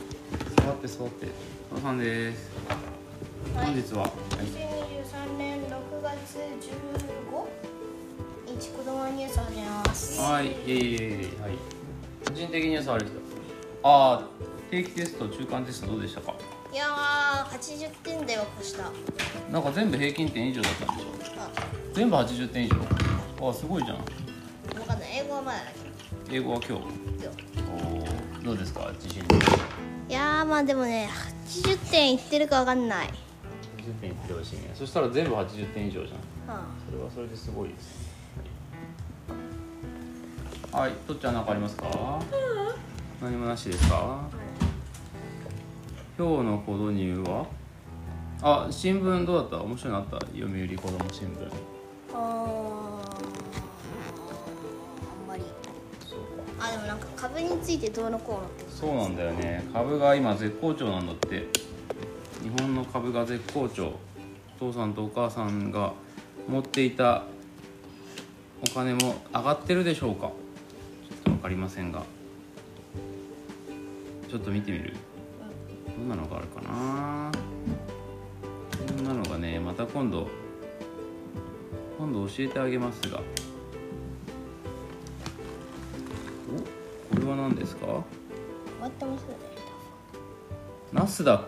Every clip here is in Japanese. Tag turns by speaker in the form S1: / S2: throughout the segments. S1: って座っておさんです本日は、はい
S2: 2023年6月15日子供ニュース始めます
S1: はい、いえいえいえ、はい。個人的には触る人。ああ、定期テスト、中間テストどうでしたか。
S2: いやー80点台は越したあ
S1: なんか全部平均点以上だったんでしょ全部80点以上。ああ、すごいじゃん。
S2: 分かんない英語はまだだ
S1: 英語は今日。
S2: けど
S1: おお、どうですか、自信。
S2: いやーまあでもね80点いってるか分かんない、
S1: 80点いってほしいね。そしたら全部80点以上じゃん。
S2: は
S1: それはそれですごいです。はい、とっちゃんなんかありますか。何もなしですか。今日のコドニューは。あ、新聞どうだった、面白いのあった、読売子供新聞。
S2: ああんまり
S1: そう
S2: あでもなんか株についてどうのこうのって
S1: なんだよね。株が今絶好調なんだって。日本の株が絶好調。お父さんとお母さんが持っていた。お金も上がってるでしょうか。ちょっとわかりませんが。ちょっと見てみる。どんなのがあるかな。こんなのがね、また今度。今度教えてあげますが。お、これは何ですか。
S2: 終わってますよね
S1: ナスダック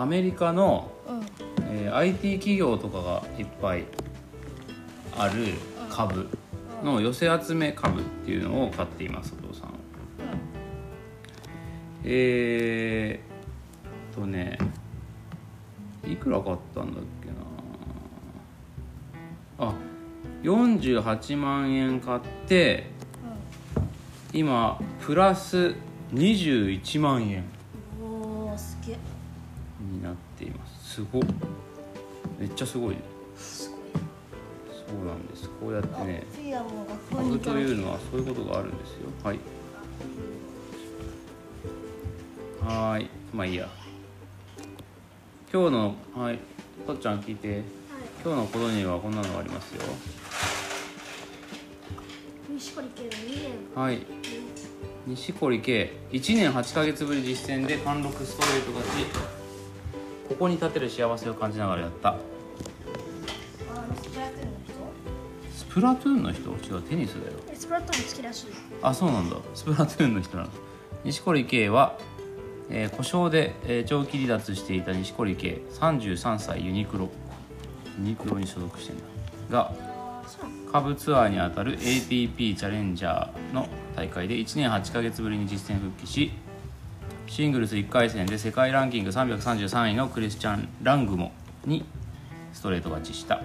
S1: アメリカの、
S2: うん
S1: えー IT 企業とかがいっぱいある株の寄せ集め株っていうのを買っていますお父さんはえー、っとねいくら買ったんだっけなあ48万円買って今プラス21万円
S2: おおすげえ
S1: になっていますすごっめっちゃすごいね
S2: すごい
S1: そうなんですこうやってね
S2: 次はもう学校に行
S1: 株
S2: か
S1: と
S2: なきゃ
S1: いうのはそういうことがあるんですよはいはーいまあいいや今日のはいとっちゃん聞いて今日のことにはこんなのがありますよ
S2: 西堀家の2年
S1: はい錦織圭1年8ヶ月ぶり実戦で貫禄ストレート勝ちここに立てる幸せを感じながらやった
S2: あのスプラトゥーンの
S1: スプラトゥーンの人違うテニスだよ
S2: 人スプラトゥーン好きらしい
S1: あそうなんだスプラトゥーンの人なの錦織圭は、えー故障で、えー長期離脱していた錦織圭33歳ユニクロユニクロに所属してんだが下部ツアーにあたる ATP チャレンジャーの大会で1年8ヶ月ぶりに実戦復帰しシングルス1回戦で世界ランキング333位のクリスチャン・ラングモにストレート勝ちした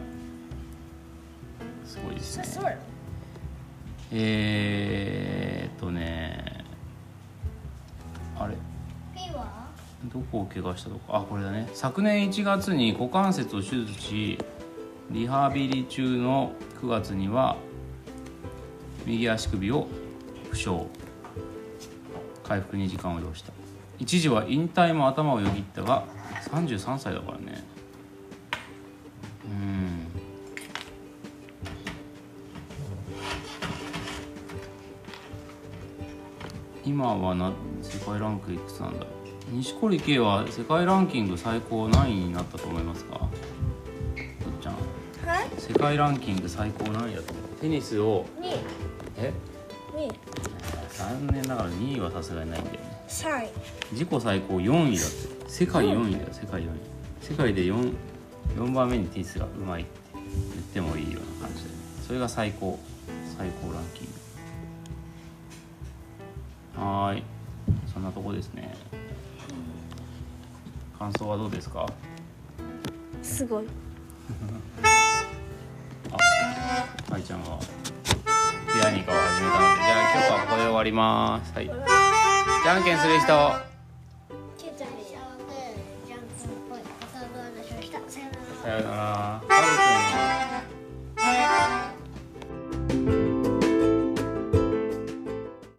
S1: すごいですね
S2: すごい
S1: えー、っとねあれ
S2: ピンは
S1: どこを怪我したとかあこれだね昨年1月に股関節を手術しリハビリ中の9月には右足首を負傷回復に時間を要した一時は引退も頭をよぎったが33歳だからねうん今はな世界ランクいくつなんだろう錦織圭は世界ランキング最高何位になったと思いますかとっちゃん
S2: はい
S1: 世界ランキング最高何位だと思うテニスを
S2: 2
S1: え
S2: 位
S1: 残念ながら2位はさすがにないんだよね
S2: 3位
S1: 自己最高4位だって世界4位だよ世界4位世界で 4, 4番目にテニスがうまいって言ってもいいような感じだよねそれが最高最高ランキングはーいそんなとこですね感想はどうですか
S2: すごい
S1: 愛ちゃんはピアニカを始めたのでじゃあ今日はここで終わりますはいじゃんけんする人
S2: ケチャリシャーでジャンプっぽいおさぶ話をしたさよなら
S1: さよなら。